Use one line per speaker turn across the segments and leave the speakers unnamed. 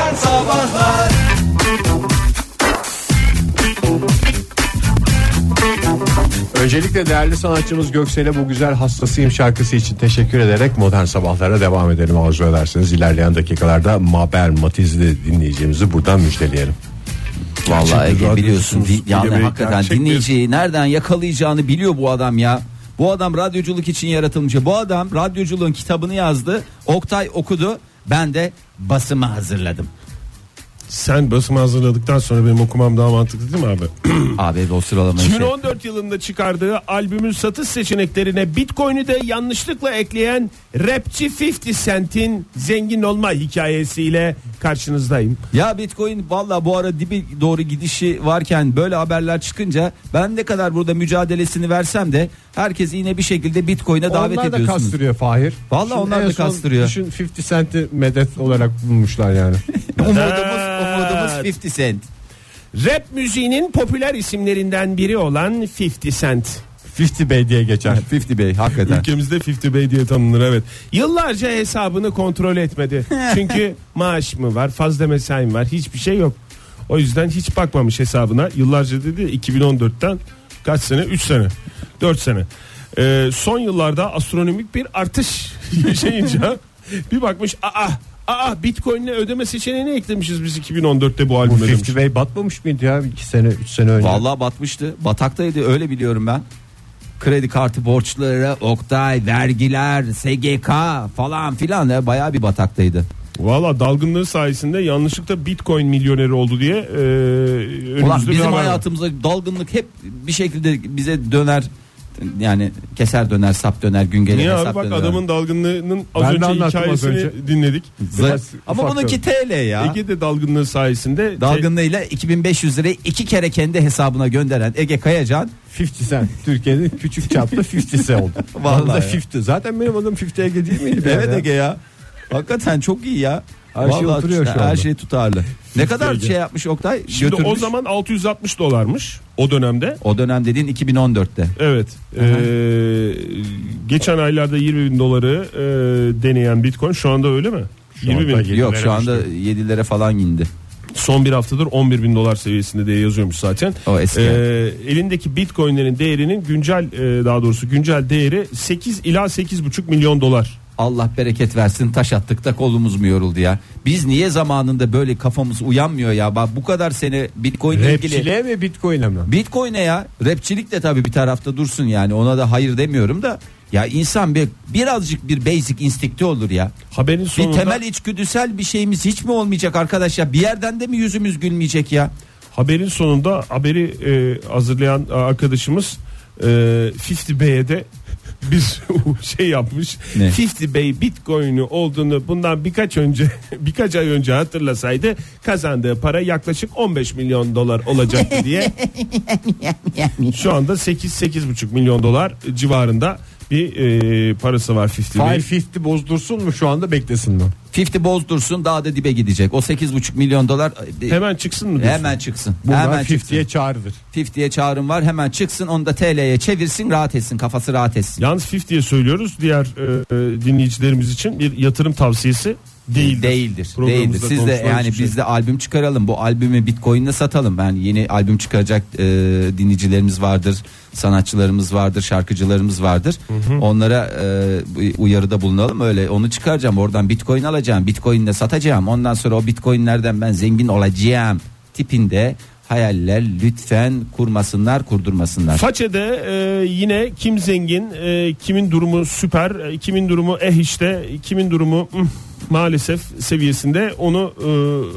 Sabahlar
Öncelikle değerli sanatçımız Göksel'e bu güzel hastasıyım şarkısı için teşekkür ederek modern sabahlara devam edelim arzu ederseniz. ilerleyen dakikalarda Maber Matiz'li dinleyeceğimizi buradan müjdeleyelim.
Vallahi
Gerçek bir
Ege biliyorsun
radyosunuz.
di- yani
Bilemeyi
hakikaten
gerçek bir-
dinleyiciyi nereden yakalayacağını biliyor bu adam ya. Bu adam radyoculuk için yaratılmış. Bu adam radyoculuğun kitabını yazdı. Oktay okudu. Ben de basımı hazırladım.
Sen basımı hazırladıktan sonra benim okumam daha mantıklı değil mi abi?
Abi o sıralamayı şey.
2014 yılında çıkardığı albümün satış seçeneklerine Bitcoin'i de yanlışlıkla ekleyen rapçi 50 Cent'in zengin olma hikayesiyle karşınızdayım.
Ya Bitcoin valla bu ara dibi doğru gidişi varken böyle haberler çıkınca ben ne kadar burada mücadelesini versem de herkes yine bir şekilde Bitcoin'e davet
onlar da
ediyorsunuz.
kastırıyor Fahir.
Vallahi
Şimdi
onlar
en
da
son
kastırıyor.
Düşün 50 Cent'i medet olarak bulmuşlar yani.
Umudumuz, umudumuz 50 cent.
Rap müziğinin popüler isimlerinden biri olan 50 Cent.
50 Bey diye geçer.
50 bey hakikaten.
Ülkemizde 50 Bey diye tanınır evet. Yıllarca hesabını kontrol etmedi. Çünkü maaş mı var fazla mesai mi var hiçbir şey yok. O yüzden hiç bakmamış hesabına. Yıllarca dedi 2014'ten kaç sene 3 sene 4 sene. Ee, son yıllarda astronomik bir artış yaşayınca bir bakmış aa aa bitcoin'le ödeme seçeneğini eklemişiz biz 2014'te bu
Bu
albüme demiş.
50 Bey batmamış mıydı ya 2 sene 3 sene önce?
Vallahi batmıştı. Bataktaydı öyle biliyorum ben. Kredi kartı borçları, Oktay, vergiler, SGK falan filan ya bayağı bir bataktaydı.
Valla dalgınlığı sayesinde yanlışlıkla bitcoin milyoneri oldu diye e, önümüzde
Ulan
bir
bizim
haber var.
hayatımıza dalgınlık hep bir şekilde bize döner yani keser döner sap döner gün gelir
Niye abi
hesap
bak
döner.
adamın dalgınlığının az
Ben de
önce
anlattım az
hikayesini
önce.
dinledik.
Zı-
Biraz
Ama
ufak
bununki TL ya.
Ege'de dalgınlığı sayesinde
Dalgınlığıyla 2500 lirayı iki kere kendi hesabına gönderen Ege Kayacan
50 Cent Türkiye'nin küçük çaplı 50 Cent oldu.
Vallahi
Vallahi
ya.
50. Zaten benim adım 50 Ege değil miydi? bir
Evet
ara ya?
Ege ya. Hakikaten çok iyi ya.
Her şey oturuyor şu
Her
anda.
şey tutarlı. ne kadar şey yapmış Oktay?
Şimdi o
Götürmüş.
zaman 660 dolarmış o dönemde.
O dönem dediğin 2014'te.
Evet. Ee, geçen aylarda 20 bin doları e, deneyen Bitcoin şu anda öyle mi?
Şu anda yedi.
Yok şu anda 7'lere falan indi.
Son bir haftadır 11 bin dolar seviyesinde diye yazıyormuş zaten.
O eski.
Ee, elindeki bitcoinlerin değerinin güncel e, daha doğrusu güncel değeri 8 ila 8,5 milyon dolar.
Allah bereket versin taş attık da kolumuz mu yoruldu ya. Biz niye zamanında böyle kafamız uyanmıyor ya. Bak bu kadar sene Bitcoin ilgili.
Rapçiliğe mi Bitcoin'e mi?
Bitcoin'e ya rapçilik de tabii bir tarafta dursun yani ona da hayır demiyorum da ya insan bir birazcık bir basic instikti olur ya.
Haberin sonunda
Bir temel içgüdüsel bir şeyimiz hiç mi olmayacak arkadaş ya? Bir yerden de mi yüzümüz gülmeyecek ya?
Haberin sonunda haberi e, hazırlayan arkadaşımız e, 50 Bey'e de bir şey yapmış.
Ne?
50 Bey Bitcoin'i olduğunu bundan birkaç önce birkaç ay önce hatırlasaydı kazandığı para yaklaşık 15 milyon dolar olacaktı diye. Şu anda 8 8,5 milyon dolar civarında bir e, parası var 50 Bey.
Fahir 50 bozdursun mu şu anda beklesin mi?
50 bozdursun daha da dibe gidecek. O 8,5 milyon dolar e,
Hemen çıksın mı? diyorsun?
hemen çıksın.
Bunlar
hemen çıksın.
50'ye çağrıdır.
50'ye çağrım var hemen çıksın onu da TL'ye çevirsin rahat etsin kafası rahat etsin.
Yalnız 50'ye söylüyoruz. Diğer e, e, dinleyicilerimiz için bir yatırım tavsiyesi değildir.
Değildir.
Programımızda
Değildir. Siz de
konuşulan
yani
hiçbir şey.
biz de albüm çıkaralım. Bu albümü Bitcoin'le satalım. Yani yeni albüm çıkaracak e, dinleyicilerimiz vardır, sanatçılarımız vardır, şarkıcılarımız vardır. Onlara e, bu- uyarıda bulunalım. Öyle onu çıkaracağım. Oradan Bitcoin alacağım. Bitcoin'le satacağım. Ondan sonra o Bitcoin'lerden ben zengin olacağım tipinde hayaller lütfen kurmasınlar, kurdurmasınlar.
Façe'de e, yine kim zengin, e, kimin durumu süper, e, kimin durumu eh işte, kimin durumu mm, maalesef seviyesinde onu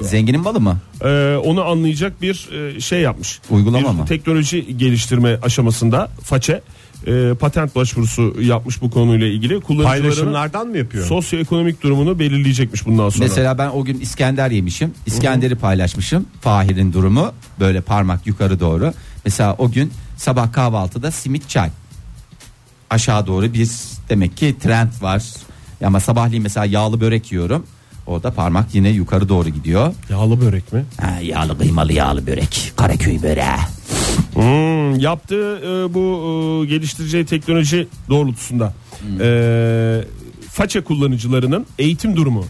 Zenginin malı mı?
e, e, onu anlayacak bir e, şey yapmış.
Uygulama
Bir
mı?
Teknoloji geliştirme aşamasında Façe e, patent başvurusu yapmış bu konuyla ilgili. Kullanıcıların
Paylaşımlardan mı yapıyor?
sosyoekonomik durumunu belirleyecekmiş bundan sonra.
Mesela ben o gün İskender yemişim. İskender'i paylaşmışım. Fahir'in durumu böyle parmak yukarı doğru. Mesela o gün sabah kahvaltıda simit çay. Aşağı doğru bir demek ki trend var. Ama sabahleyin mesela yağlı börek yiyorum. Orada parmak yine yukarı doğru gidiyor.
Yağlı börek mi?
Ha, yağlı kıymalı yağlı börek. Karaköy böreği.
Hmm, yaptığı e, bu e, geliştireceği teknoloji doğrultusunda
Hmm.
e, faça kullanıcılarının eğitim durumu,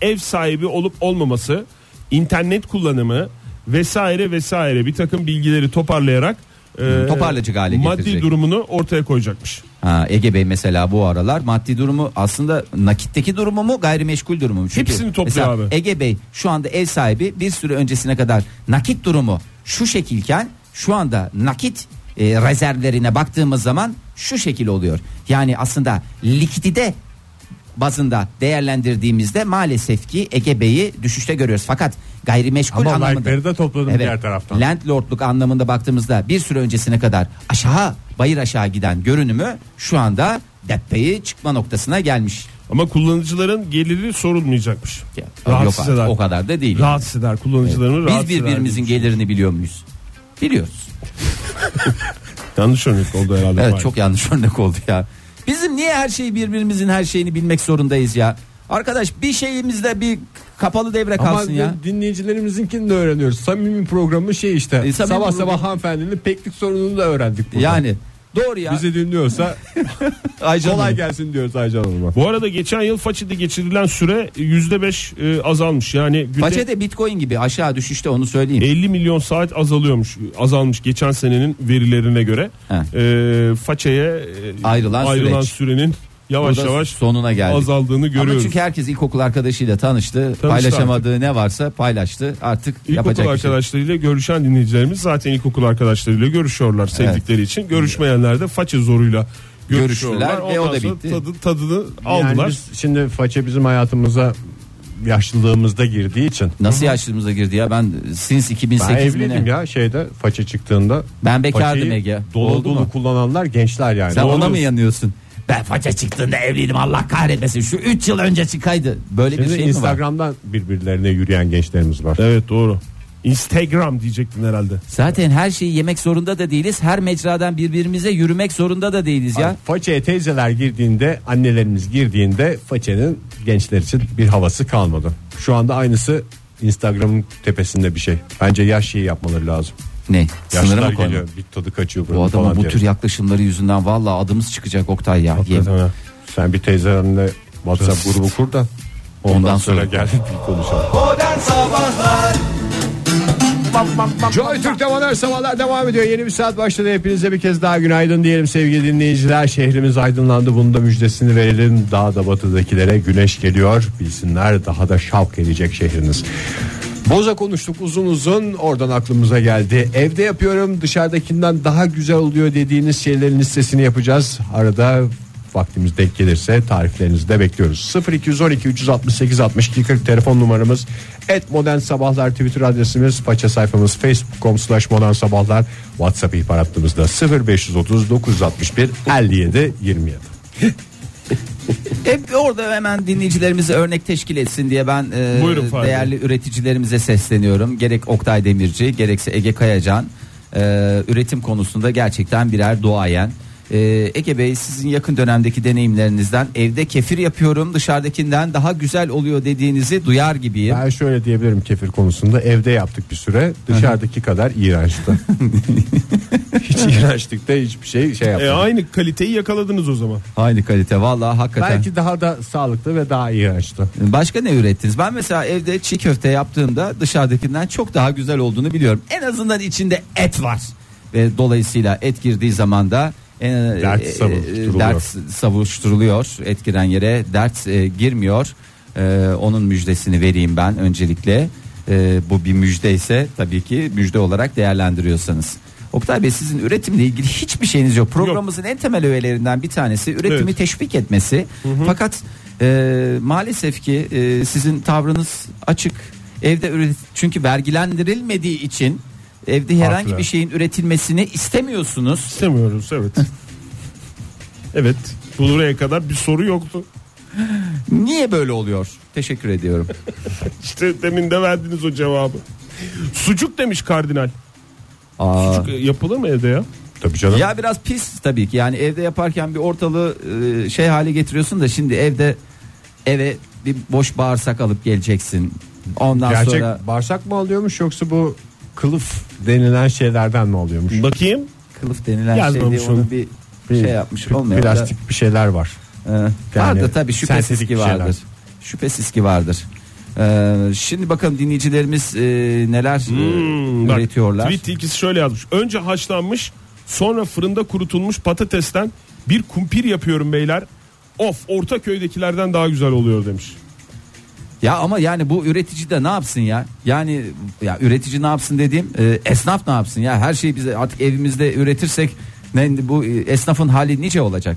ev sahibi olup olmaması, internet kullanımı vesaire vesaire bir takım bilgileri toparlayarak e,
Hmm, toparlayacak hale
maddi
getirecek.
durumunu ortaya koyacakmış.
Ha, Ege Bey mesela bu aralar maddi durumu aslında nakitteki durumu mu gayrimeşgul durumu mu? Çünkü
Hepsini topluyor
mesela
abi.
Ege Bey şu anda ev sahibi bir süre öncesine kadar nakit durumu şu şekilken şu anda nakit e, rezervlerine baktığımız zaman şu şekil oluyor. Yani aslında likidite bazında değerlendirdiğimizde maalesef ki Ege Bey'i düşüşte görüyoruz. Fakat gayrimeşgul
Ama
anlamında.
like'ları da topladım diğer taraftan.
Landlordluk anlamında baktığımızda bir süre öncesine kadar aşağı bayır aşağı giden görünümü şu anda deppeyi çıkma noktasına gelmiş.
Ama kullanıcıların geliri sorulmayacakmış.
Ya,
Rahatsız
yok,
eder.
O kadar da değil.
Rahatsız eder kullanıcılarını
Biz
rahatsız eder.
birbirimizin
şey.
gelirini biliyor muyuz? Biliyoruz.
Yanlış örnek oldu herhalde.
Evet
Fahir.
çok yanlış örnek oldu ya. Bizim niye her şeyi birbirimizin her şeyini bilmek zorundayız ya? Arkadaş bir şeyimizde bir kapalı devre kalsın
Ama
ya.
dinleyicilerimizinkini de öğreniyoruz. Samimi programı şey işte.
E, samimi
sabah
program-
sabah hanımefendinin peklik sorununu da öğrendik burada.
Yani doğru ya.
bizi dinliyorsa
Aycan
kolay
Hanım.
gelsin diyoruz Aycan Hanım'a.
Bu arada geçen yıl Façede geçirilen süre %5 e, azalmış. Yani günde
Paçete bitcoin gibi aşağı düşüşte onu söyleyeyim.
50 milyon saat azalıyormuş. Azalmış geçen senenin verilerine göre.
He.
E, Façe'ye e,
Ayrılan süreç.
sürenin yavaş
Burada
yavaş
sonuna geldik.
azaldığını görüyoruz.
Ama çünkü herkes ilkokul arkadaşıyla tanıştı. paylaşamadığı ne varsa paylaştı. Artık
İlkokul
yapacak bir şey. yok.
arkadaşlarıyla görüşen dinleyicilerimiz zaten ilkokul arkadaşlarıyla görüşüyorlar sevdikleri için. Görüşmeyenler de façe zoruyla görüşüyorlar.
Görüştüler ve o
Ondan
da
sonra
bitti.
Tadı, tadını aldılar.
Yani biz şimdi façe bizim hayatımıza yaşlılığımızda girdiği için.
Nasıl yaşlılığımıza girdi ya ben since
Ben
2008 mi
evliydim
ne?
ya şeyde façe çıktığında.
Ben bekardım
Façeyi
Ege.
Dolu
Oldu
dolu
mu?
kullananlar gençler yani.
Sen
Doğru
ona mı
diyorsun.
yanıyorsun? Ben faça çıktığında evliydim Allah kahretmesin. Şu 3 yıl öncesi kaydı. Böyle bir
Şimdi
şey mi var?
Instagram'dan birbirlerine yürüyen gençlerimiz var.
Evet doğru. Instagram diyecektin herhalde.
Zaten her şeyi yemek zorunda da değiliz. Her mecradan birbirimize yürümek zorunda da değiliz ya.
Ya. Façeye teyzeler girdiğinde annelerimiz girdiğinde façenin gençler için bir havası kalmadı. Şu anda aynısı Instagram'ın tepesinde bir şey. Bence yaş şeyi yapmaları lazım.
Ne? Sınırı
Yaşlılar
mı koyma?
geliyor bir tadı kaçıyor
Bu
buranın
adamın
falan
bu
diye.
tür yaklaşımları yüzünden valla adımız çıkacak Oktay ya. Yemin-
Hakikaten ha. Sen bir teyzenle WhatsApp grubu kur da ondan,
Ondan
sonra,
sonra.
gel bir konuşalım. Joy Türk'te modern sabahlar devam ediyor. Yeni bir saat başladı. Hepinize bir kez daha günaydın diyelim sevgili dinleyiciler. Şehrimiz aydınlandı. Bunun da müjdesini verelim. Daha da batıdakilere güneş geliyor. Bilsinler daha da şalk edecek şehriniz. Boza konuştuk uzun uzun oradan aklımıza geldi. Evde yapıyorum dışarıdakinden daha güzel oluyor dediğiniz şeylerin listesini yapacağız. Arada vaktimiz denk gelirse tariflerinizi de bekliyoruz. 0212 368 62 40 telefon numaramız. Et Modern Sabahlar Twitter adresimiz, faça sayfamız facebook.com slash modern sabahlar. WhatsApp ihbar hattımızda 0530 961 57 27.
Hep orada hemen dinleyicilerimize örnek teşkil etsin diye ben e,
Buyurun Fahri.
değerli üreticilerimize sesleniyorum. Gerek Oktay Demirci gerekse Ege Kayacan e, üretim konusunda gerçekten birer duayen. E, Ege Bey sizin yakın dönemdeki deneyimlerinizden evde kefir yapıyorum dışarıdakinden daha güzel oluyor dediğinizi duyar gibiyim.
Ben şöyle diyebilirim kefir konusunda evde yaptık bir süre dışarıdaki kadar iğrençti. Hiç iğrençlikte hiçbir şey şey
E,
yapmadım.
aynı kaliteyi yakaladınız o zaman.
Aynı kalite vallahi hakikaten.
Belki daha da sağlıklı ve daha iğrençti.
Başka ne ürettiniz? Ben mesela evde çiğ köfte yaptığımda dışarıdakinden çok daha güzel olduğunu biliyorum. En azından içinde et var. Ve dolayısıyla et girdiği zaman da e,
Dert savuşturuluyor.
dert savuşturuluyor. Et giren yere dert e, girmiyor. E, onun müjdesini vereyim ben öncelikle. E, bu bir müjde ise tabii ki müjde olarak değerlendiriyorsanız. Oktay Bey sizin üretimle ilgili hiçbir şeyiniz yok. Programımızın en temel öğelerinden bir tanesi üretimi
Evet.
teşvik etmesi. Fakat e, maalesef ki e, sizin tavrınız açık. Evde üret çünkü vergilendirilmediği için evde herhangi
Haklı.
bir şeyin üretilmesini istemiyorsunuz.
İstemiyoruz evet. evet. Bu buraya kadar bir soru yoktu.
Niye böyle oluyor? Teşekkür ediyorum.
İşte demin de verdiniz o cevabı. Sucuk demiş kardinal.
Aa.
Sucuk e, yapılır mı evde ya?
Tabii canım.
Ya biraz pis tabii ki. Yani evde yaparken bir ortalığı e, şey hale getiriyorsun da şimdi evde eve bir boş bağırsak alıp geleceksin. Ondan
Gerçek
sonra
bağırsak mı alıyormuş yoksa bu kılıf denilen şeylerden mi alıyormuş?
Bakayım.
kılıf denilen şey
Yazmamış
diye onu
onu.
bir
Bir-
şey yapmış
bir-
olmuyor. da.
Plastik bir şeyler var.
Ee, vardır tabii
sentetik
şüphesiz ki
bir şeyler.
vardır. Şüphesiz ki vardır. Ee, şimdi bakalım dinleyicilerimiz e, neler e,
Hmm, bak,
üretiyorlar.
Tweet ilkisi şöyle yazmış. Önce haşlanmış sonra fırında kurutulmuş patatesten bir kumpir yapıyorum beyler. Of Ortaköy'dekilerden daha güzel oluyor demiş.
Ya ama yani bu üretici de ne yapsın ya? Yani ya üretici ne yapsın dediğim e, esnaf ne yapsın ya? Her şeyi bize artık evimizde üretirsek ne bu e, esnafın hali nice olacak?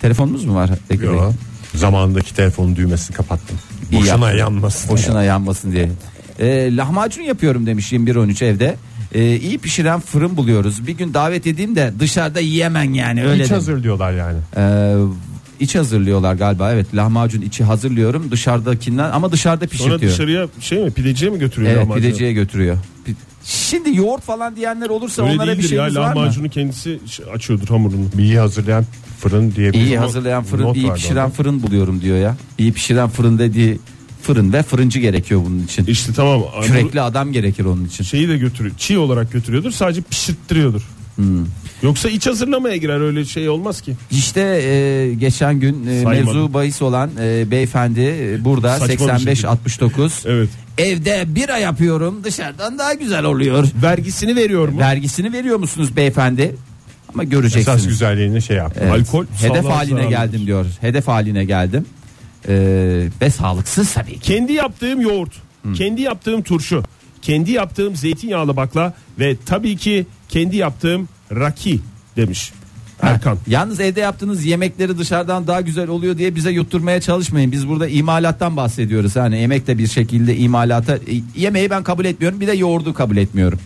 Telefonumuz mu var? Ege Bey?
Yo. Zamanındaki telefonun düğmesini kapattım.
İyi
Boşuna
yaptın.
yanmasın.
Boşuna yanmasın diye. E, lahmacun yapıyorum demiş 21-13 evde. E, iyi pişiren fırın buluyoruz. Bir gün davet edeyim de dışarıda yiyemem yani öyle.
Hiç
de-
hazır diyorlar yani.
E, iç hazırlıyorlar galiba. Evet lahmacun içi hazırlıyorum dışarıdakinden ama dışarıda
Sonra
pişirtiyor.
dışarıya şey mi pideciye mi götürüyor
Evet
lahmacunu?
pideciye götürüyor. Pi- Şimdi yoğurt falan diyenler olursa
Öyle
onlara bir
değildir ya
şeyimiz var mı?
lahmacunu kendisi şey- açıyordur hamurunu.
İyi hazırlayan fırın diye bir
İyi
not-
hazırlayan fırın,
not
iyi
vardı
pişiren
orada.
fırın buluyorum diyor ya. İyi pişiren fırın dediği fırın ve fırıncı gerekiyor bunun için.
İşte tamam.
Kürekli adam gerekir onun için.
şeyi de götürüyor. Çiğ olarak götürüyordur. Sadece pişirttiriyordur.
Hmm.
Yoksa iç hazırlamaya girer öyle şey olmaz ki.
İşte e, geçen gün e,
Saymadım.
mevzu bahis olan e, beyefendi e, burada
Saçma bir
85
şekilde.
69
Evet.
evde bira yapıyorum dışarıdan daha güzel oluyor.
Vergisini veriyor
E,
mu?
Vergisini veriyor musunuz beyefendi? Ama göreceksiniz.
Esas güzelliğini şey yap.
Evet.
Alkol
hedef
sağlığa
haline
zararlıdır.
geldim diyor. Hedef haline geldim. Ee, ve sağlıksız tabii ki.
Kendi yaptığım yoğurt,
Hmm.
kendi yaptığım turşu, kendi yaptığım zeytinyağlı bakla ve tabii ki kendi yaptığım raki demiş Erkan.
Yalnız evde yaptığınız yemekleri dışarıdan daha güzel oluyor diye bize yutturmaya çalışmayın. Biz burada imalattan bahsediyoruz. Hani yemek de bir şekilde imalata e, yemeği ben kabul etmiyorum. Bir de yoğurdu kabul etmiyorum.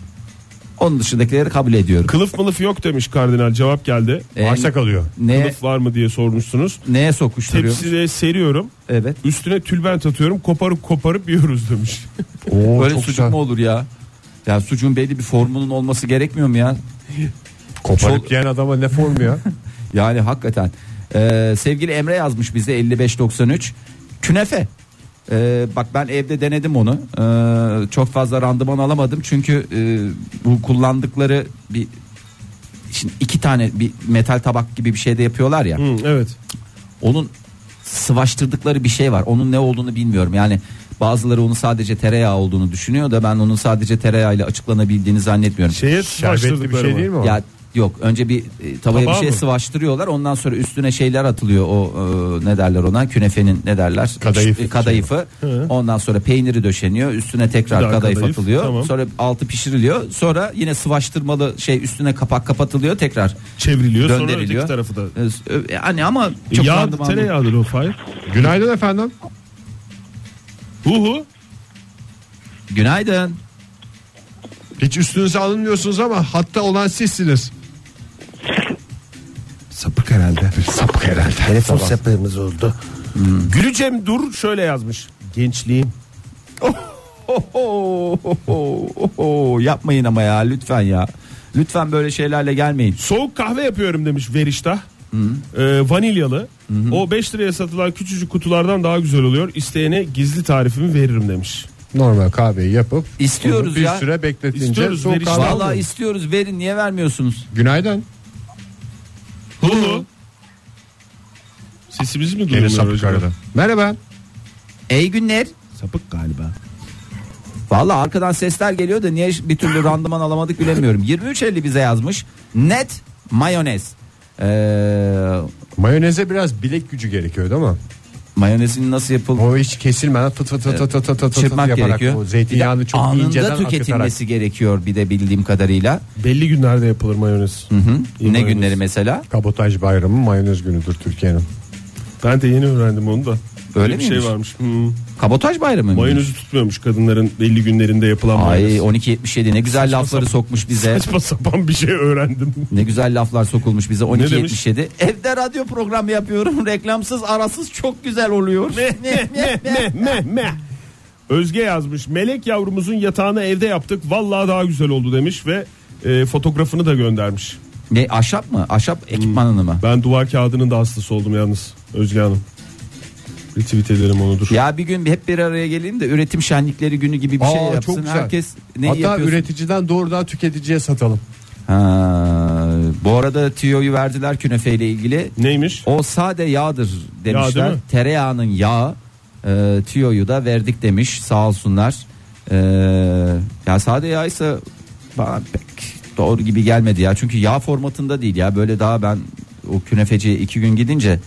Onun dışındakileri kabul ediyorum.
Kılıf mılıf yok demiş kardinal cevap geldi.
Ee,
Varsa kalıyor.
ne
Kılıf var mı diye sormuşsunuz.
neye sokuşturuyor?
Tepsiye seriyorum.
Evet.
Üstüne tülbent atıyorum. Koparıp koparıp yiyoruz demiş.
Oo,
Böyle
çok
sucuk
güzel.
mu olur ya? Ya sucuğun belli bir formunun olması gerekmiyor mu ya?
Koparıp
Çok-
yiyen adama ne formu ya?
Yani hakikaten. Ee, sevgili Emre yazmış bize 5593. Künefe. Ee, bak ben evde denedim onu. Ee, çok fazla randıman alamadım çünkü e, bu kullandıkları bir şimdi iki tane bir metal tabak gibi bir şey de yapıyorlar ya.
Hı, evet.
Onun sıvaştırdıkları bir şey var. Onun ne olduğunu bilmiyorum. Yani bazıları onun sadece tereyağı olduğunu düşünüyor da ben onun sadece tereyağıyla açıklanabildiğini zannetmiyorum.
Şeye
Şerbetli bir şey değil mi o?
Ya yok önce bir e, tavaya
Tabağı
bir şey
mı?
sıvaştırıyorlar ondan sonra üstüne şeyler atılıyor o e, ne derler ona künefenin ne derler
Kadayıf.
Ş- e, kadayıfı ondan sonra peyniri döşeniyor üstüne tekrar
şey Bir daha
kadayıf,
kadayıf,
atılıyor
tamam.
sonra altı pişiriliyor sonra yine sıvaştırmalı şey üstüne kapak kapatılıyor tekrar
Çevriliyor sonra
Döndürülüyor.
öteki tarafı da.
E, s- ö- e, hani ama çok
Yağ
randımanlı.
tereyağıdır o Fahir.
Günaydın efendim.
Huhu.
günaydın
Hiç üstünüze alınmıyorsunuz ama hatta olan sizsiniz. Sapık herhalde. Sapık herhalde.
Telefon sapığımız oldu.
Gülücem Dur şöyle yazmış. Gençliğim.
Oh, Oho, oho, oho. oh, yapmayın ama ya lütfen ya lütfen böyle şeylerle gelmeyin
Soğuk kahve yapıyorum demiş Veriştah. Ee, vanilyalı. O 5 liraya satılan küçücük kutulardan daha güzel oluyor. İsteyene gizli tarifimi veririm demiş.
Normal kahveyi yapıp
İstiyoruz
bir
ya.
süre bekletince
İstiyoruz,
soğuk
verişte
kahve.
Vallahi istiyoruz verin niye vermiyorsunuz
Günaydın.
Hulu. Sesimiz mi
Yeni
duyulmuyor
sapık
acaba?
arada. Merhaba.
Ey günler.
Sapık galiba.
Valla arkadan sesler geliyor da niye bir türlü randıman alamadık bilemiyorum. 23.50 bize yazmış. Net mayonez. Ee,
Mayoneze biraz bilek gücü gerekiyor değil mi?
mayonezin nasıl yapıl
O hiç kesilmeden fıt fıt fıt fıt fıt fıt fıt
çırpmak
yaparak
gerekiyor.
o zeytinyağını çok
Anında
inceden
tüketilmesi
akıtarak.
gerekiyor bir de bildiğim kadarıyla.
Belli günlerde yapılır mayonez.
Hı?
İyi
Ne
mayonez.
günleri mesela?
Kabotaj bayramı mayonez günüdür Türkiye'nin.
Ben de yeni öğrendim onu da.
Öyle
bir şey
miymiş?
varmış. Hmm.
Kabotaj bayramı mı?
Mayonezi tutmuyormuş kadınların belli günlerinde yapılan
Ay
mayonez.
12.77 ne güzel lafları
sapan.
sokmuş bize.
Saçma sapan bir şey öğrendim.
Ne güzel laflar sokulmuş bize
demiş?
12.77. Evde radyo programı yapıyorum reklamsız arasız çok güzel oluyor.
meh meh meh. Özge yazmış. Melek yavrumuzun yatağını evde yaptık. Vallahi daha güzel oldu demiş ve e, fotoğrafını da göndermiş.
Ne ahşap mı? Ahşap
Hmm.
ekipmanını mı?
Ben duvar kağıdının da hastası oldum yalnız Özge Hanım. Retweet ederim onudur.
Ya bir gün hep bir araya geleyim de üretim şenlikleri günü gibi bir şey
Aa, çok
yapsın.
güzel.
Herkes ne
Hatta
yapıyorsun?
üreticiden doğrudan tüketiciye satalım.
Ha, bu arada tüyoyu verdiler künefeyle ilgili.
Neymiş?
O sade yağdır
Yağ
demişler.
değil mi?
Tereyağının yağı E, tüyoyu da verdik demiş sağ olsunlar. E, ya sade yağysa bana pek doğru gibi gelmedi ya. Çünkü yağ formatında değil ya. Böyle daha ben o künefeciye iki gün gidince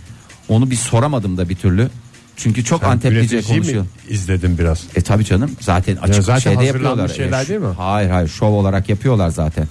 onu bir soramadım da bir türlü. Çünkü çok Anteplice
Üreticiyi mi
konuşuyor.
izledim biraz.
E tabi canım zaten açık
zaten
şeyde yapıyorlar.
hazırlanmış
E,
şeyler
şu-
değil mi?
Hayır hayır şov olarak yapıyorlar zaten.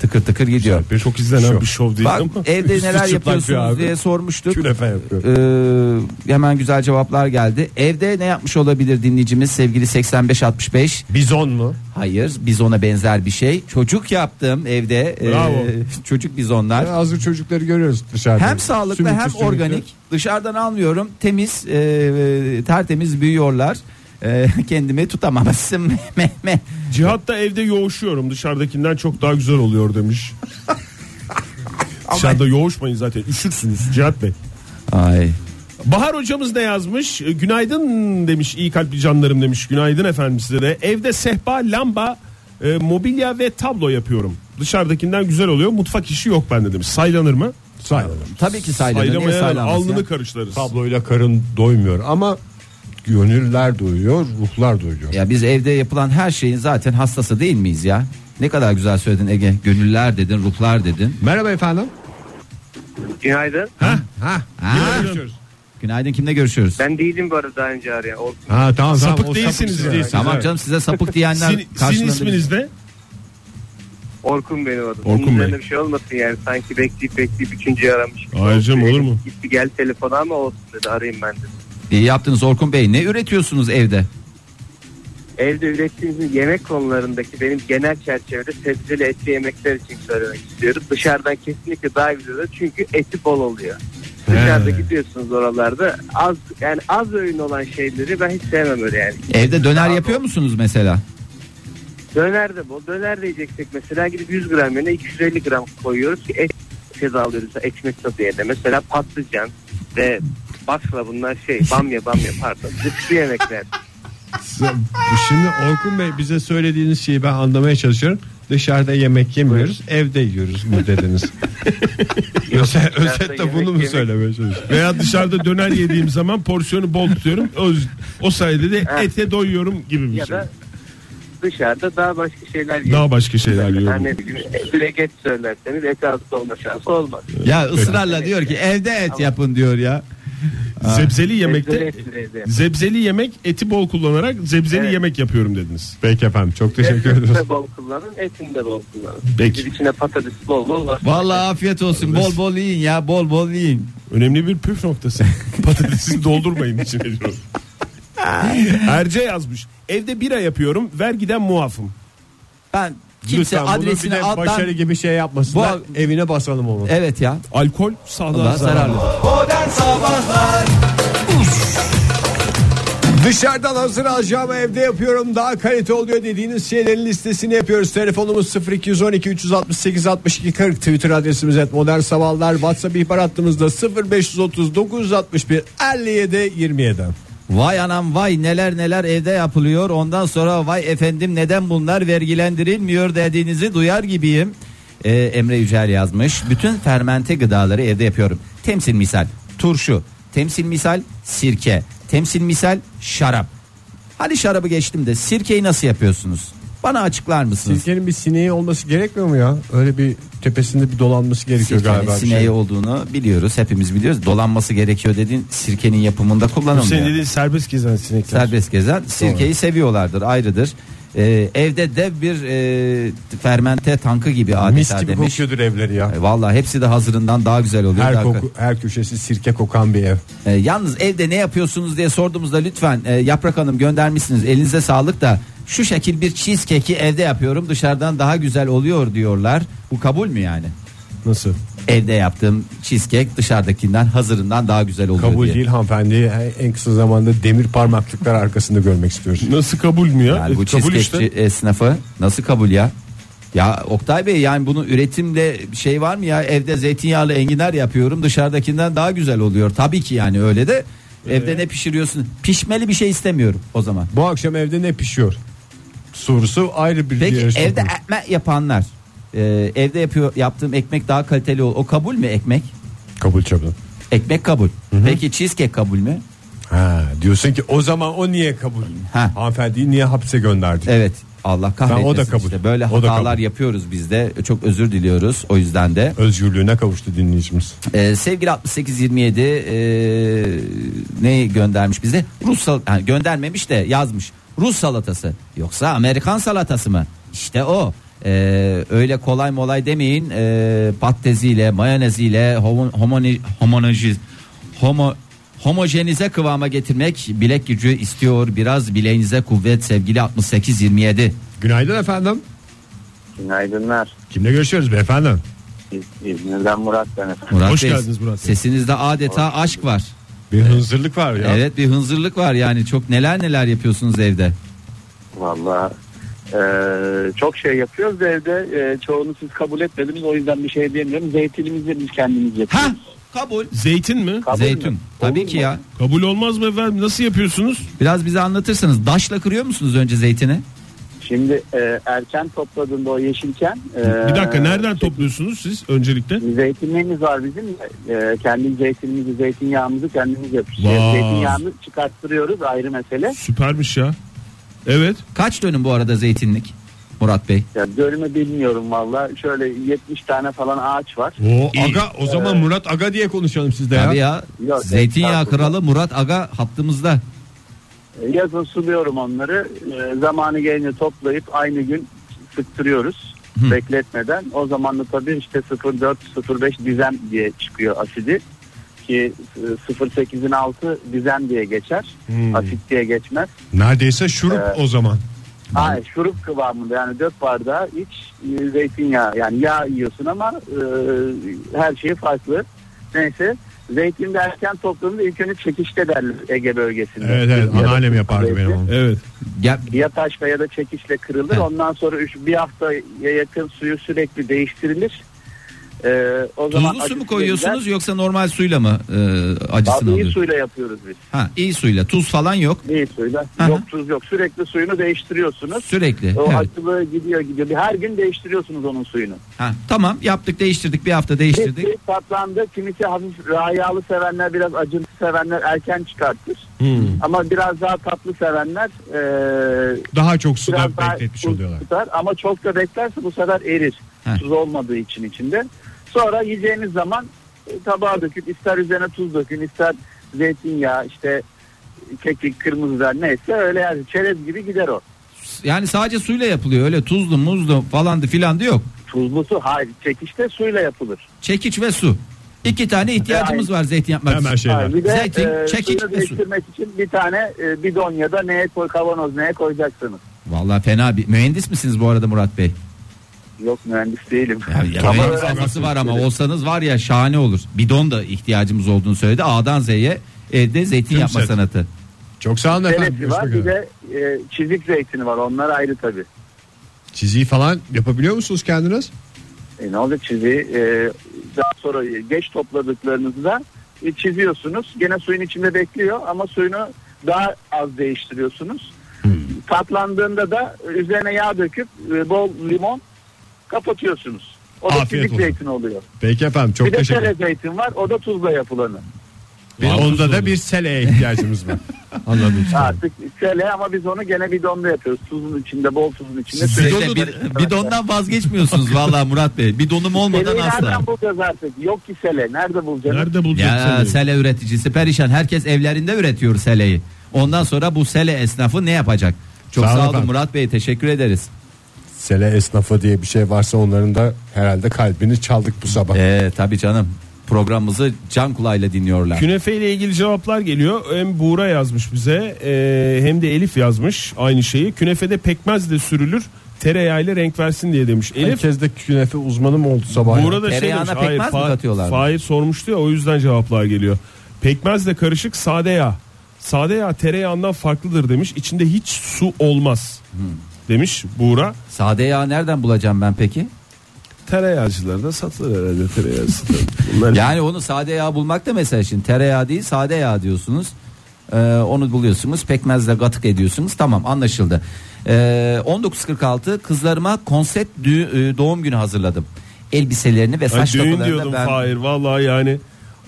Tıkır tıkır gidiyor.
Bir çok izlenen
Şov.
bir şov değil
Bak
ama.
evde
Üstü
neler
çıplak bir abi.
yapıyorsunuz diye sormuştuk.
Künefe yapıyor.
Ee, hemen güzel cevaplar geldi. Evde ne yapmış olabilir dinleyicimiz sevgili 8565?
Bizon mu?
Hayır biz ona benzer bir şey. Çocuk yaptım evde. Ee,
Bravo.
çocuk bizonlar.
E, hazır çocukları görüyoruz dışarıda.
Hem sağlıklı
Sümüklü
hem
sümüklü.
organik. Dışarıdan almıyorum. Temiz, e, e, tertemiz büyüyorlar. E, kendimi tutamamazsın. Meh, meh.
Cihat'ta evde yoğuşuyorum dışarıdakinden çok daha güzel oluyor demiş. Dışarıda yoğuşmayın zaten üşürsünüz Cihat Bey.
Ay.
Bahar hocamız ne yazmış? E, Günaydın demiş iyi kalpli canlarım demiş. Günaydın efendim size de. Evde sehpa, lamba, e, mobilya ve tablo yapıyorum. Dışarıdakinden güzel oluyor. Mutfak işi yok bende demiş. Saylanır mı?
Sayılır.
Tabii ki saylanır. Niye
Saylamayan
saylanmasın
alnını
ya?
karıştırırız.
Tabloyla karın doymuyor ama gönüller doyuyor, ruhlar doyuyor.
Ya biz evde yapılan her şeyin zaten hastası değil miyiz ya? Ne kadar güzel söyledin Ege. Gönüller dedin, ruhlar dedin.
Merhaba efendim.
Günaydın.
Ha.
Yine görüşürüz.
Günaydın kimle görüşüyoruz?
Ben değilim bu arada daha önce arayan. O-
Ha tamam
Sapık
tamam. O
değilsiniz
sapık-
diyorsun.
Tamam
Evet.
canım size sapık diyenler
Sizin, sizin
karşılarında-
isminiz ne?
Orkun benim adım.
Orkun
Bunun üzerine
Bey.
bir şey olmasın yani. Sanki bekleyip bekleyip üçüncüyü aramış. gibi
Hayır
oldu.
canım, olur mu?
Gitti gel telefona ama olsun dedi arayayım ben dedi.
İyi yaptınız Orkun Bey. Ne üretiyorsunuz evde?
Evde ürettiğimiz yemek konularındaki benim genel çerçevede sebzeli etli yemekler için söylemek istiyorum. Dışarıdan kesinlikle daha güzel olur çünkü eti bol oluyor. Dışarıda gidiyorsunuz oralarda az yani az öğün olan şeyleri ben hiç sevmem öyle yani.
Evde döner
Daha
yapıyor musunuz mesela?
Döner de bol. Döner de yiyeceksek mesela gidip 100 gram yerine 250 gram koyuyoruz ki et kez alıyoruz. Ekmek tadı yerine. Mesela patlıcan ve bakla bunlar şey bamya bamya pardon. Zıplı yemekler.
Şimdi Orkun Bey bize söylediğiniz şeyi ben anlamaya çalışıyorum. Dışarıda yemek yemiyoruz, evde yiyoruz mu dediniz? Öze, özetle
yemek
bunu mu
yemek-
söylemeye çalışıyorsunuz?
Veya dışarıda döner yediğim zaman porsiyonu bol tutuyorum. O, o sayede de ete doyuyorum gibi bir
ya
şey.
da dışarıda daha başka şeyler
Daha başka şeyler yiyorum.
Yani direkt et söylerseniz et az olma şansı olmaz.
Ya ısrarla diyor ki evde et yapın diyor ya.
Zebzeli
Sebzeli
yemekte
et biraz yap.
zebzeli yemek eti bol kullanarak zebzeli
Evet.
yemek yapıyorum dediniz.
Peki efendim çok teşekkür
Sebzeli
ederiz.
de bol kullanın, etini de bol kullanın.
Peki.
Biz içine patates bol bol var.
Vallahi afiyet olsun. Bol bol yiyin ya. Bol bol yiyin.
Önemli bir püf noktası. Patatesi doldurmayın içine diyor. Erce yazmış. Evde bira yapıyorum. Vergiden muafım.
Ben kimse
Lütfen bunu bir
adresini
de
al.
başarı
Ben...
gibi şey yapmasınlar.
Bu-
evine basalım onu.
Evet ya.
Alkol sağlığa
Allah
zararlı.
zararlı.
Dışarıdan hazır alacağım evde yapıyorum daha kalite oluyor dediğiniz şeylerin listesini yapıyoruz. Telefonumuz 0212 368 62 40 Twitter adresimiz et modern sabahlar WhatsApp ihbar hattımızda 0530 961 57 27.
Vay anam vay neler neler evde yapılıyor. Ondan sonra vay efendim neden bunlar vergilendirilmiyor dediğinizi duyar gibiyim. Ee, Emre Yücel yazmış. Bütün fermente gıdaları evde yapıyorum. Temsil misal turşu, temsil misal sirke, temsil misal şarap. Hadi şarabı geçtim de sirkeyi nasıl yapıyorsunuz? Bana açıklar mısınız?
Sirkenin bir sineği olması gerekmiyor mu ya? Öyle bir tepesinde bir dolanması gerekiyor
Sirkenin
galiba. bir
sineği
şey.
olduğunu biliyoruz. Hepimiz biliyoruz. Dolanması gerekiyor dediğin sirkenin yapımında
Senin
kullanılmıyor.
dediğin serbest gezen sinekler.
Serbest gezen sirkeyi seviyorlardır ayrıdır. Ee, evde dev bir e, fermente tankı gibi adeta
Mis gibi
demiş.
kokuyordur evleri ya.
E, Vallahi hepsi de hazırından daha güzel oluyor.
Her
Daha-
koku, her köşesi sirke kokan bir ev.
E, yalnız evde ne yapıyorsunuz diye sorduğumuzda lütfen e, Yaprak Hanım göndermişsiniz. Elinize sağlık da şu şekil bir cheesecake'i evde yapıyorum. Dışarıdan daha güzel oluyor diyorlar. Bu kabul mü yani?
Nasıl?
Evde yaptığım cheesecake dışarıdakinden hazırından daha güzel oluyor
Kabul
diye.
değil hanımefendi. En kısa zamanda demir parmaklıklar arkasında görmek istiyoruz.
Nasıl kabul mü ya?
Yani bu
E, kabul
cheesecake
işte.
esnafı nasıl kabul ya? Ya Oktay Bey yani bunu üretimde şey var mı ya evde zeytinyağlı enginar yapıyorum dışarıdakinden daha güzel oluyor. Tabii ki yani öyle de evde ne pişiriyorsun? Pişmeli bir şey istemiyorum o zaman.
Bu akşam evde ne pişiyor? Sorusu ayrı bir
Peki
yarışma
evde
konusu.
ekmek yapanlar e, evde yapıyor yaptığım ekmek daha kaliteli ol. O kabul mü ekmek?
kabul çabuk.
Ekmek kabul. Peki cheesecake kabul mü?
Ha, Diyorsun ki o zaman o niye kabul?
Ha. E-
Hanımefendiyi niye hapse gönderdik?
Evet. Allah kahretmesin.
o da kabul.
işte. Böyle
O da
hatalar
kabul.
yapıyoruz biz de. Çok özür diliyoruz o yüzden de.
Özgürlüğüne kavuştu dinleyicimiz.
Ee, sevgili 6827 ee, ne göndermiş bize? Rus sal- ha, göndermemiş de yazmış. Rus salatası yoksa Amerikan salatası mı? İşte o. Ee, öyle kolay molay demeyin. Ee, patateziyle, mayoneziyle, homo, homoni- homoloji- homo, homojenize kıvama getirmek bilek gücü istiyor. Biraz bileğinize kuvvet sevgili 6827.
Günaydın efendim.
Günaydınlar.
Kimle görüşüyoruz beyefendi?
İzmir'den Murat ben
Murat
Hoş
Bey,
geldiniz Murat Bey.
Sesinizde adeta aşk var.
Bir hınzırlık var ya.
Evet bir hınzırlık var yani çok neler neler yapıyorsunuz evde.
Valla e, çok şey yapıyoruz da evde e, çoğunu siz kabul etmediniz o yüzden bir şey diyemiyorum. Zeytinimizi de biz kendimiz yapıyoruz.
Ha kabul.
Zeytin mi?
Kabul mü?
Zeytun. Tabii
Olur
ki
mu?
ya.
Kabul olmaz mı efendim? Nasıl yapıyorsunuz?
Biraz bize anlatırsanız daşla kırıyor musunuz önce zeytini?
Şimdi e, erken topladığında o yeşilken. e, şey,
Bir dakika nereden topluyorsunuz siz öncelikle?
Zeytinliğimiz var bizim. E, kendi zeytinimizi, zeytinyağımızı kendimiz yapıyoruz. Şey,
Vay.
Zeytinyağını çıkarttırıyoruz ayrı mesele.
Süpermiş ya. Evet.
Kaç dönüm bu arada zeytinlik Murat Bey?
Ya dönümü bilmiyorum valla. Şöyle 70 tane falan ağaç var.
O
İyi.
aga o zaman Murat aga diye konuşalım sizde ya.
Tabii ya.
Yok,
Zeytinyağı
estağfurullah.
kralı Murat Aga hattımızda.
E, Yazın suluyorum onları. E, zamanı gelince toplayıp aynı gün sıktırıyoruz. Bekletmeden. O zaman da tabii işte 0.4-0.5 dizem diye çıkıyor asidi. Ki e, 0.8'in altı dizem diye geçer. Asit diye geçmez.
Neredeyse şurup
Evet.
o zaman.
Hayır şurup kıvamında yani 4 bardağı iç e, zeytinyağı yani yağ yiyorsun ama e, her şey farklı. Neyse zeytin derken toplumda ilk önce çekişte derler Ege bölgesinde.
Evet evet
Ya da-
anneannem yapardı benim onu.
Evet.
Gel,
Ya taşla ya da çekişle kırılır.
Heh.
Ondan sonra üç, bir haftaya yakın suyu sürekli değiştirilir. E, o zaman
tuzlu su mu
acısı
koyuyorsunuz
yeniden-
yoksa normal suyla mı e, acısını
Abi iyi
alıyorsunuz?
suyla yapıyoruz biz.
Ha, iyi suyla. Tuz falan yok.
İyi suyla.
Hı hı.
Yok tuz yok. Sürekli suyunu değiştiriyorsunuz.
Sürekli.
O
Evet.
acılı gidiyor gidiyor. Bir- Her gün değiştiriyorsunuz onun suyunu.
Ha, tamam yaptık değiştirdik bir hafta değiştirdik.
Kimisi tatlandı, kimisi hafif rayalı sevenler, biraz acıntı sevenler erken çıkartır.
Hmm.
Ama biraz daha tatlı sevenler eee
Daha çok
biraz
suda
daha
bekletmiş
uz-
oluyorlar.
tutar. Ama çok da beklerse bu sefer erir.
Heh.
Tuz olmadığı için içinde. Sonra yiyeceğiniz zaman e, tabağa dökün, ister üzerine tuz dökün, ister zeytinyağı, işte kekik, kırmızı biber neyse öyle yani çerez gibi gider o.
Yani sadece suyla yapılıyor öyle tuzlu muzlu falandı filandı yok.
Tuzlu su hayır çekişte suyla yapılır.
Çekiç ve su. İki tane ihtiyacımız var zeytin yapmak
Hemen şey
için.
şeyler.
Ha, bir de
Zeytin,
e,
çekiç
suyu
ve su.
değiştirmek için bir tane e, bidon ya da neye koy kavanoz neye koyacaksınız.
Vallahi fena bir mühendis misiniz bu arada Murat Bey?
Yok mühendis değilim.
Yani
Tamam.
mühendis kafası var ama olsanız var ya şahane olur. Bidon da ihtiyacımız olduğunu söyledi. A'dan Z'ye evde zeytin
Tüm
yapma
set.
sanatı.
Çok sağ olun efendim.
Teresi var
Görüşmek
bir
üzere.
de e, çizik zeytini var onlar ayrı tabi.
Çiziyi falan yapabiliyor musunuz kendiniz?
E, ne olacak çiziği e, daha sonra geç topladıklarınızda e, çiziyorsunuz. Gene suyun içinde bekliyor ama suyunu daha az değiştiriyorsunuz.
Hmm.
Tatlandığında da e, üzerine yağ döküp e, bol limon kapatıyorsunuz. O da
Afiyet
çizik
olsun.
zeytini oluyor.
Peki efendim çok
bir de
teşekkür
tere
ederim. Hmm.
zeytin var o da tuzla yapılanı.
Bir- Onda da bir seleye ihtiyacımız var. Anladım.
Artık sele ama biz onu gene bidonda yapıyoruz. Tuzun içinde, bol tuzun içinde.
Siz
Sürekli
de bir,
karıştırıyoruz.
bidondan vazgeçmiyorsunuz vallahi Murat Bey. Bidonum olmadan
Seleyi
asla.
nereden bulacağız artık? Yok ki sele. Nerede bulacağız?
Nerede bulacaksın?
Ya
diyor.
sele üreticisi perişan. Herkes evlerinde üretiyor seleyi. Ondan sonra bu sele esnafı ne yapacak? Çok
Sağ olun
sağ olun
efendim.
Murat Bey teşekkür ederiz.
Sele esnafı diye bir şey varsa onların da herhalde kalbini çaldık bu sabah.
Ee, tabii canım programımızı can kulağıyla dinliyorlar.
Künefe ile ilgili cevaplar geliyor. Hem Buğra yazmış bize e, hem de Elif yazmış aynı şeyi. Künefede pekmez de sürülür tereyağıyla renk versin diye demiş. Elif
Herkes de künefe uzmanı mı oldu sabah?
Buğra da şey
Tereyağına
demiş. Hayır,
pekmez mi
Fa-
katıyorlar?
Fahir sormuştu ya o yüzden cevaplar geliyor. Pekmezle karışık sade yağ. Sade yağ tereyağından farklıdır demiş. İçinde hiç su olmaz
Hmm.
demiş Buğra.
Sade yağ nereden bulacağım ben peki?
Tereyağcılarda satılır herhalde tereyağcısı. Bunlar
Yani onu sade yağ bulmak da mesela şimdi tereyağı değil sade yağ diyorsunuz. Ee, onu buluyorsunuz pekmezle gatık ediyorsunuz tamam anlaşıldı. Ee, 1946 kızlarıma konsept dü- e, doğum günü hazırladım. Elbiselerini ve
Ay,
saç
düğün
dokularını
diyordum
ben...
Fahir vallahi yani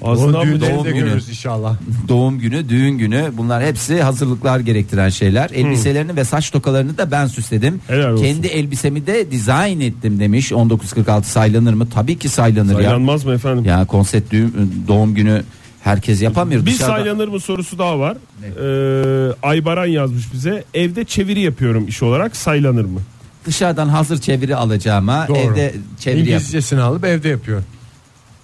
Ağzından
Onu
mı
düğünlerinde
doğum günü?
görürüz inşallah.
Doğum günü, düğün günü bunlar hepsi hazırlıklar gerektiren şeyler. Elbiselerini ve saç tokalarını da ben süsledim.
Hmm. Helal olsun.
Kendi elbisemi de dizayn ettim demiş. 1946 saylanır mı? Tabii ki saylanır ya.
Saylanmaz mı efendim?
Ya konsept düğün, e, doğum günü herkes yapamıyor.
Bir
Dışarıda-
saylanır mı sorusu daha var. Ee, Aybaran yazmış bize. Evde çeviri yapıyorum iş olarak saylanır mı?
Dışarıdan hazır çeviri alacağıma
Doğru.
evde çeviri yap.
İngilizcesini alıp evde yapıyor.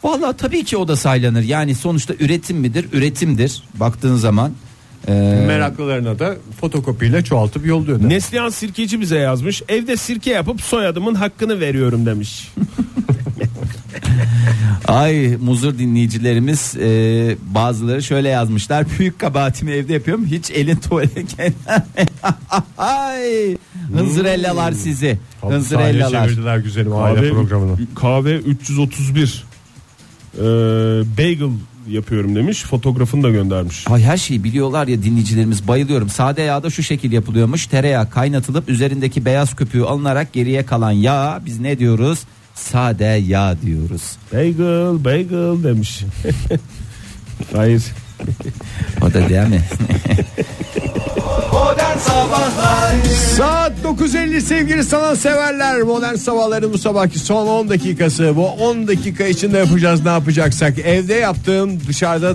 Vallahi tabii ki o da saylanır. Yani sonuçta üretim midir? Üretimdir. Baktığın zaman. Ee,
Meraklılarına da fotokopiyle çoğaltıp yolluyor. Ne?
Neslihan Sirkeci bize yazmış. Evde sirke yapıp soyadımın hakkını veriyorum demiş.
Ay muzur dinleyicilerimiz e, bazıları şöyle yazmışlar. Büyük kabahatimi evde yapıyorum. Hiç elin tuvalet kenarı. Ay hınzırellalar sizi.
Sahneye
Hınzırellalar.
çevirdiler güzelim aile
Kahve,
programını.
kahve 331. Ee, bagel yapıyorum demiş. Fotoğrafını da göndermiş.
Ay her şeyi biliyorlar ya dinleyicilerimiz bayılıyorum. Sade yağda şu şekil yapılıyormuş. Tereyağı kaynatılıp üzerindeki beyaz köpüğü alınarak geriye kalan yağ biz ne diyoruz? Sade yağ diyoruz.
Bagel, bagel demiş. Hayır.
O da değil mi?
Saat 9.50 sevgili sanat severler. Modern sabahların bu sabahki son 10 dakikası. Bu 10 dakika içinde yapacağız ne yapacaksak. Evde yaptığım dışarıda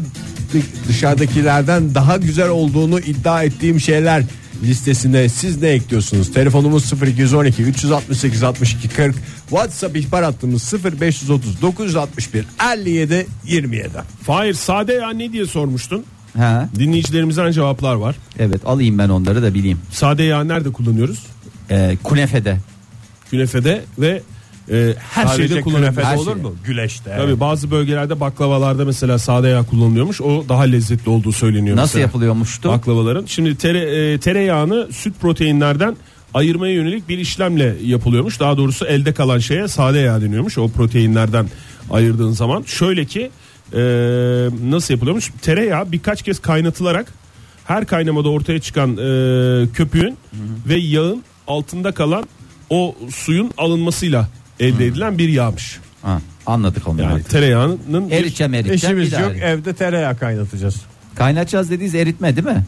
dışarıdakilerden daha güzel olduğunu iddia ettiğim şeyler listesine siz ne ekliyorsunuz? Telefonumuz 0212 368 62 40. WhatsApp ihbar hattımız 0530 961 57 27.
Hayır sade ya ne diye sormuştun?
ha,
Dinleyicilerimizden cevaplar var.
evet alayım ben onları da bileyim.
Sade yağ nerede kullanıyoruz?
Ee, kunefede.
Künefede ve e, her şeyde kullanıyoruz.
Her
olur
şeyde.
mu? Güleşte.
Tabii bazı bölgelerde baklavalarda mesela sade yağ kullanılıyormuş. O daha lezzetli olduğu söyleniyor.
Nasıl
mesela.
yapılıyormuştu?
Baklavaların. Şimdi tere, e, tereyağını süt proteinlerden ayırmaya yönelik bir işlemle yapılıyormuş. Daha doğrusu elde kalan şeye sade yağ deniyormuş. O proteinlerden ayırdığın zaman. Şöyle ki e, nasıl yapılıyormuş? Tereyağı birkaç kez kaynatılarak her kaynamada ortaya çıkan e, köpüğün ve yağın altında kalan o suyun alınmasıyla elde edilen bir yağmış.
Ha, anladık onu.
Yani
artık.
tereyağının bir-
Ericem ericem.
Eşimiz
bir daha
yok
eric-
evde tereyağı kaynatacağız.
Kaynatacağız dediğiniz eritme değil mi?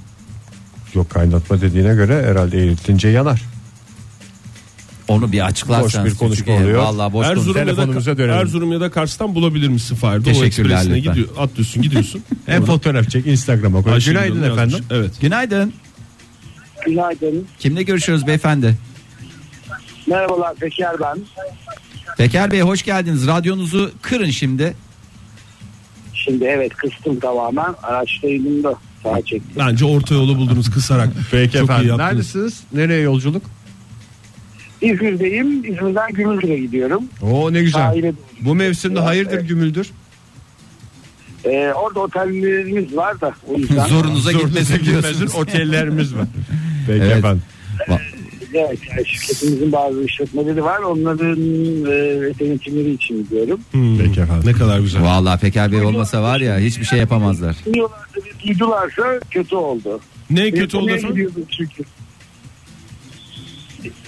Yok kaynatma dediğine göre herhalde eğitince yanar.
Onu bir açıklarsanız.
Boş bir konuşma
çünkü,
oluyor.
Vallahi boş konuşma.
Erzurum ya,
Telefonumuza
da,
dönelim.
Erzurum ya da Kars'tan bulabilir misin Fahir? Doğu
Teşekkürler
Ekspresi'ne
lütfen.
gidiyor, atlıyorsun gidiyorsun.
Hem fotoğraf çek Instagram'a koy.
Ayşegül
Ee, Günaydın
Hanım yazmış.
efendim.
Evet.
Günaydın.
Günaydın.
Kimle görüşüyoruz beyefendi?
Merhabalar Bekar ben.
Peker Bey hoş geldiniz. Radyonuzu kırın şimdi.
Şimdi evet kıstım tamamen. Araçtaydım da sağa çektim.
Bence orta yolu buldunuz kısarak.
Peki
Çok iyi
efendim.
yaptınız.
Neredesiniz? Nereye yolculuk?
İzmir'deyim. İzmir'den Gümrük'e gidiyorum.
Oo ne güzel.
Sahile doğru.
Bu mevsimde hayırdır gümüldür?
Ee, orada otellerimiz var da o yüzden.
Zorunuza gitmesin diyorsunuz.
gitmesin otellerimiz var. Peki
Evet.
efendim.
Evet, yani şirketimizin bazı işletmeleri var. Onların e, denetimleri için gidiyorum.
Peki efendim.
Ne kadar güzel.
Vallahi Peker Bey olmasa var ya hiçbir şey yapamazlar.
Duyuyorlarsa, duydularsa kötü oldu.
Ne E, kötü oldu
Yemeğe
efendim?
gidiyorduk çünkü.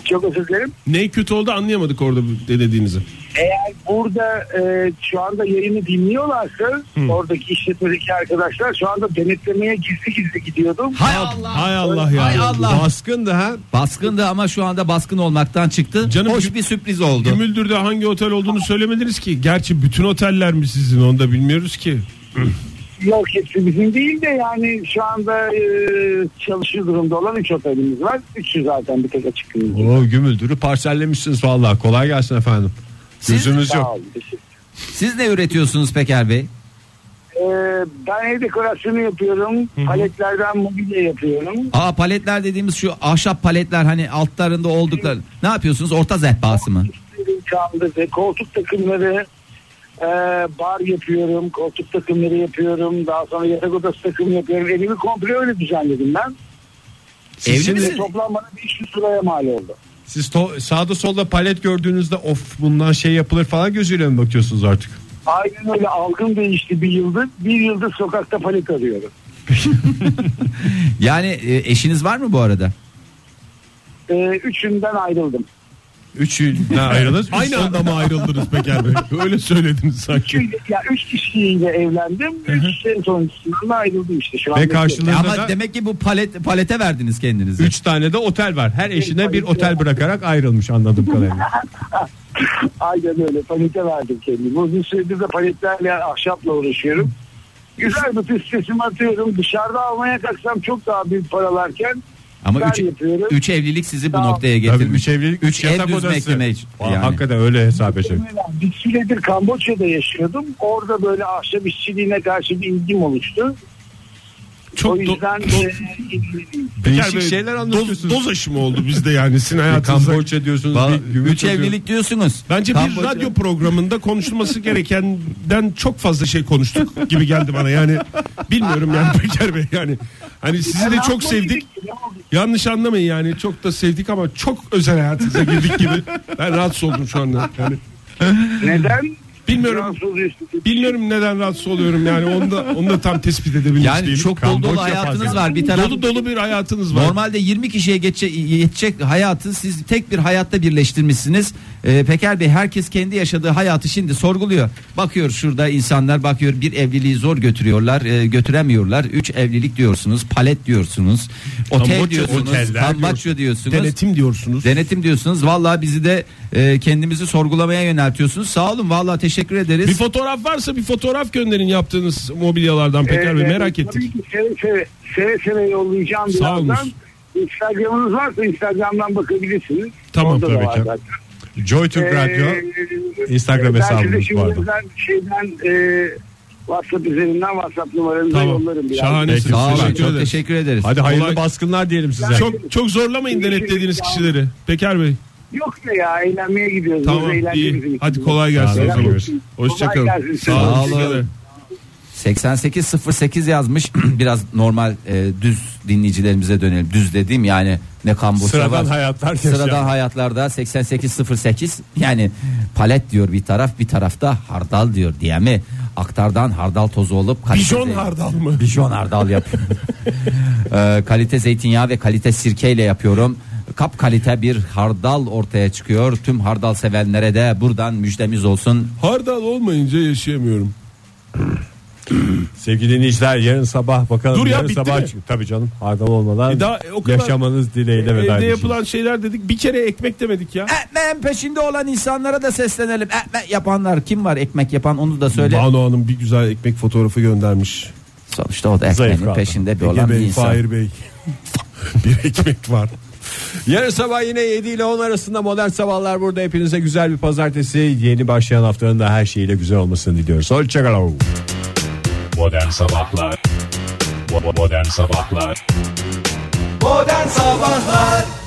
Çok özür dilerim.
Ne kötü oldu anlayamadık orada de dediğinizi.
Eğer burada e, şu anda yayını dinliyorlarsa oradaki işletmedeki arkadaşlar şu anda denetlemeye gizli gizli gidiyordum.
Hay Allah.
Hay Allah ya.
Hay Allah.
Baskın da ha.
Baskındı ama şu anda baskın olmaktan çıktı.
Canım,
Hoş
gü-
bir sürpriz oldu.
Gümüldür'de hangi otel olduğunu söylemediniz ki. Gerçi bütün oteller mi sizin onu da bilmiyoruz ki.
Yok hepsi bizim değil de yani şu anda e, çalışır durumda olan 3 otelimiz var. 3'ü zaten bir tek açık günümüz.
Oo gümüldürü parsellemişsiniz vallahi. Kolay gelsin efendim.
Siz-
Gözünüz
Sağ
yok.
olun. teşekkür ederim.
Siz ne üretiyorsunuz Peker Bey?
Ee, ben ev dekorasyonu yapıyorum. Paletlerden mobilya yapıyorum.
Aa paletler dediğimiz şu ahşap paletler hani altlarında oldukları. Ne yapıyorsunuz? Orta zehpası mı?
Kaldı ve koltuk takımları e, bar yapıyorum. Koltuk takımları yapıyorum. Daha sonra yatak odası takımı yapıyorum. Evimi komple öyle düzenledim ben.
Evli
şimdi-
misiniz?
Toplam bana 500 liraya mal oldu.
Siz to- sağda solda palet gördüğünüzde of bundan şey yapılır falan gözüyle mi bakıyorsunuz artık?
Aynen öyle algım değişti bir yıldır. Bir yıldır sokakta palet arıyorum.
Yani e, eşiniz var mı bu arada?
Ee, üçünden ayrıldım.
Üç yılda ayrılır. Aynı anda mı ayrıldınız Peker Bey? Öyle söylediniz sanki.
Çünkü ya üç kişiyle evlendim. Üç sene sonrasında ayrıldım işte. Şu an
Ve
bekliyorum.
karşılığında
Ama
da
demek ki bu palet palete verdiniz kendinizi.
üç tane de otel var. Her eşine bir otel bırakarak ayrılmış anladığım kadarıyla.
Aynen öyle palete verdim kendimi. Uzun süredir de paletlerle ahşapla uğraşıyorum. Güzel bir pistesimi atıyorum. Dışarıda almaya kalksam çok daha büyük paralarken
Ama
ben
üç,
yapıyorum.
üç evlilik sizi bu
Tamam.
noktaya
Tabii
getirmiş.
üç evlilik, üç,
Üç ev
yatak
düz
odası.
bekleme-
Aa,
yani.
Hakikaten öyle hesap
Şey.
edecek.
Bir süredir Kamboçya'da yaşıyordum. Orada böyle ahşap işçiliğine karşı bir ilgim oluştu.
Çok
o
do-
yüzden
do-
e, ilgiliyim.
Değişik
Bey,
şeyler
doz,
anlatıyorsunuz.
doz aşımı oldu bizde yani sizin
Bir
hayatınızda.
Kamboçya diyorsunuz.
Vallahi
bir gümüş
üç
atıyor.
evlilik diyorsunuz.
Bence
Kamboçya-
bir radyo programında konuşulması gerekenden çok fazla şey konuştuk gibi geldi bana. Yani bilmiyorum yani Peker Bey yani. Hani sizi de çok sevdik. Yanlış anlamayın yani çok da sevdik ama çok özel hayatınıza girdik gibi. Ben rahatsız oldum şu anda. Yani
Neden?
bilmiyorum
Fransız üstü-
bilmiyorum neden rahatsız oluyorum yani onu da, onu da tam tespit edebilmiş
Yani
değilim.
çok dolu dolu
Kamboçya
hayatınız
fazla.
var. Bir taraf-
Dolu dolu bir hayatınız var.
Normalde 20 kişiye geçe, yetecek hayatı siz tek bir hayatta birleştirmişsiniz. Ee, Peker Bey herkes kendi yaşadığı hayatı şimdi sorguluyor. Bakıyor şurada insanlar bakıyor bir evliliği zor götürüyorlar, e, götüremiyorlar. 3 evlilik diyorsunuz, palet diyorsunuz, otel
Kamboçya
diyorsunuz,
oteller
Kamboçya diyorsunuz.
Denetim diyorsunuz.
Denetim diyorsunuz. Vallahi bizi de e, kendimizi sorgulamaya yöneltiyorsunuz. Sağ olun vallahi teşekkür ederiz.
Bir fotoğraf varsa bir fotoğraf gönderin yaptığınız mobilyalardan Peker Bey
Ee,
merak ettik.
Tabii ki seve seve, seve seve yollayacağım
Sağ olun.
birazdan. Instagram'ınız varsa Instagram'dan bakabilirsiniz.
Tamam,
Orada da
tabii
var
ki.
zaten.
Joy Türk
Ee, e,
Radyo. Instagram
ben size
hesabımız
şimdi
bu arada.
ben şeyden e, WhatsApp üzerinden WhatsApp numaranızı
Tamam.
yollarım biraz.
Şahane.
Peki,
Sağ olun
teşekkür
çok
ederiz.
teşekkür ederiz.
Hadi hayırlı
Kolay-
baskınlar diyelim size.
Çok çok zorlamayın denetlediğiniz kişileri. Peker Bey.
Yok mu ya eğlenmeye gidiyoruz.
Tamam
Biz eğlence bizim
iyi.
için.
Hadi kolay gelsin.
Sağ
o
olun.
zaman.
Kolay
Hoşçakalın.
gelsin.
Sağ
Sağ olun.
olun.
8808 yazmış. Biraz normal e, düz dinleyicilerimize dönelim. Düz dediğim yani ne Kamboçya
Sıradan
var.
hayatlar
Sıradan
yaşayan.
hayatlarda 8808 yani palet diyor bir taraf bir tarafta hardal diyor diye mi? Aktardan hardal tozu olup kalite
Bijon
zey-
hardal mı?
Bijon hardal yapıyorum. Ee, kalite zeytinyağı ve kalite sirkeyle yapıyorum. Kap kalite bir hardal ortaya çıkıyor. Tüm hardal sevenlere de buradan müjdemiz olsun.
Hardal olmayınca yaşayamıyorum.
Sevgili dinleyiciler yarın sabah bakalım.
Dur ya,
yarın
bitti
sabah
mi?
çık- Tabii canım. Hardal olmadan
E daha, e, o kadar-
yaşamanız dileğiyle veda
Evde
edeceğiz.
yapılan şeyler dedik. Bir kere ekmek demedik ya.
Ekmeğin peşinde olan insanlara da seslenelim. Ekmek yapanlar kim var ekmek yapan onu da söyle.
Banu Hanım bir güzel ekmek fotoğrafı göndermiş.
Sonuçta o da
Zayıf
ekmeğin
kaldı.
peşinde bir
Ege
olan bir
Bey,
insan.
Fahir Bey.
Bir ekmek var.
Yarın sabah yine 7 ile 10 arasında modern sabahlar burada. Hepinize güzel bir pazartesi. Yeni başlayan haftanın da her şeyiyle güzel olmasını diliyoruz. Hoşçakalın.
Modern Sabahlar Bo- Modern Sabahlar
Modern Sabahlar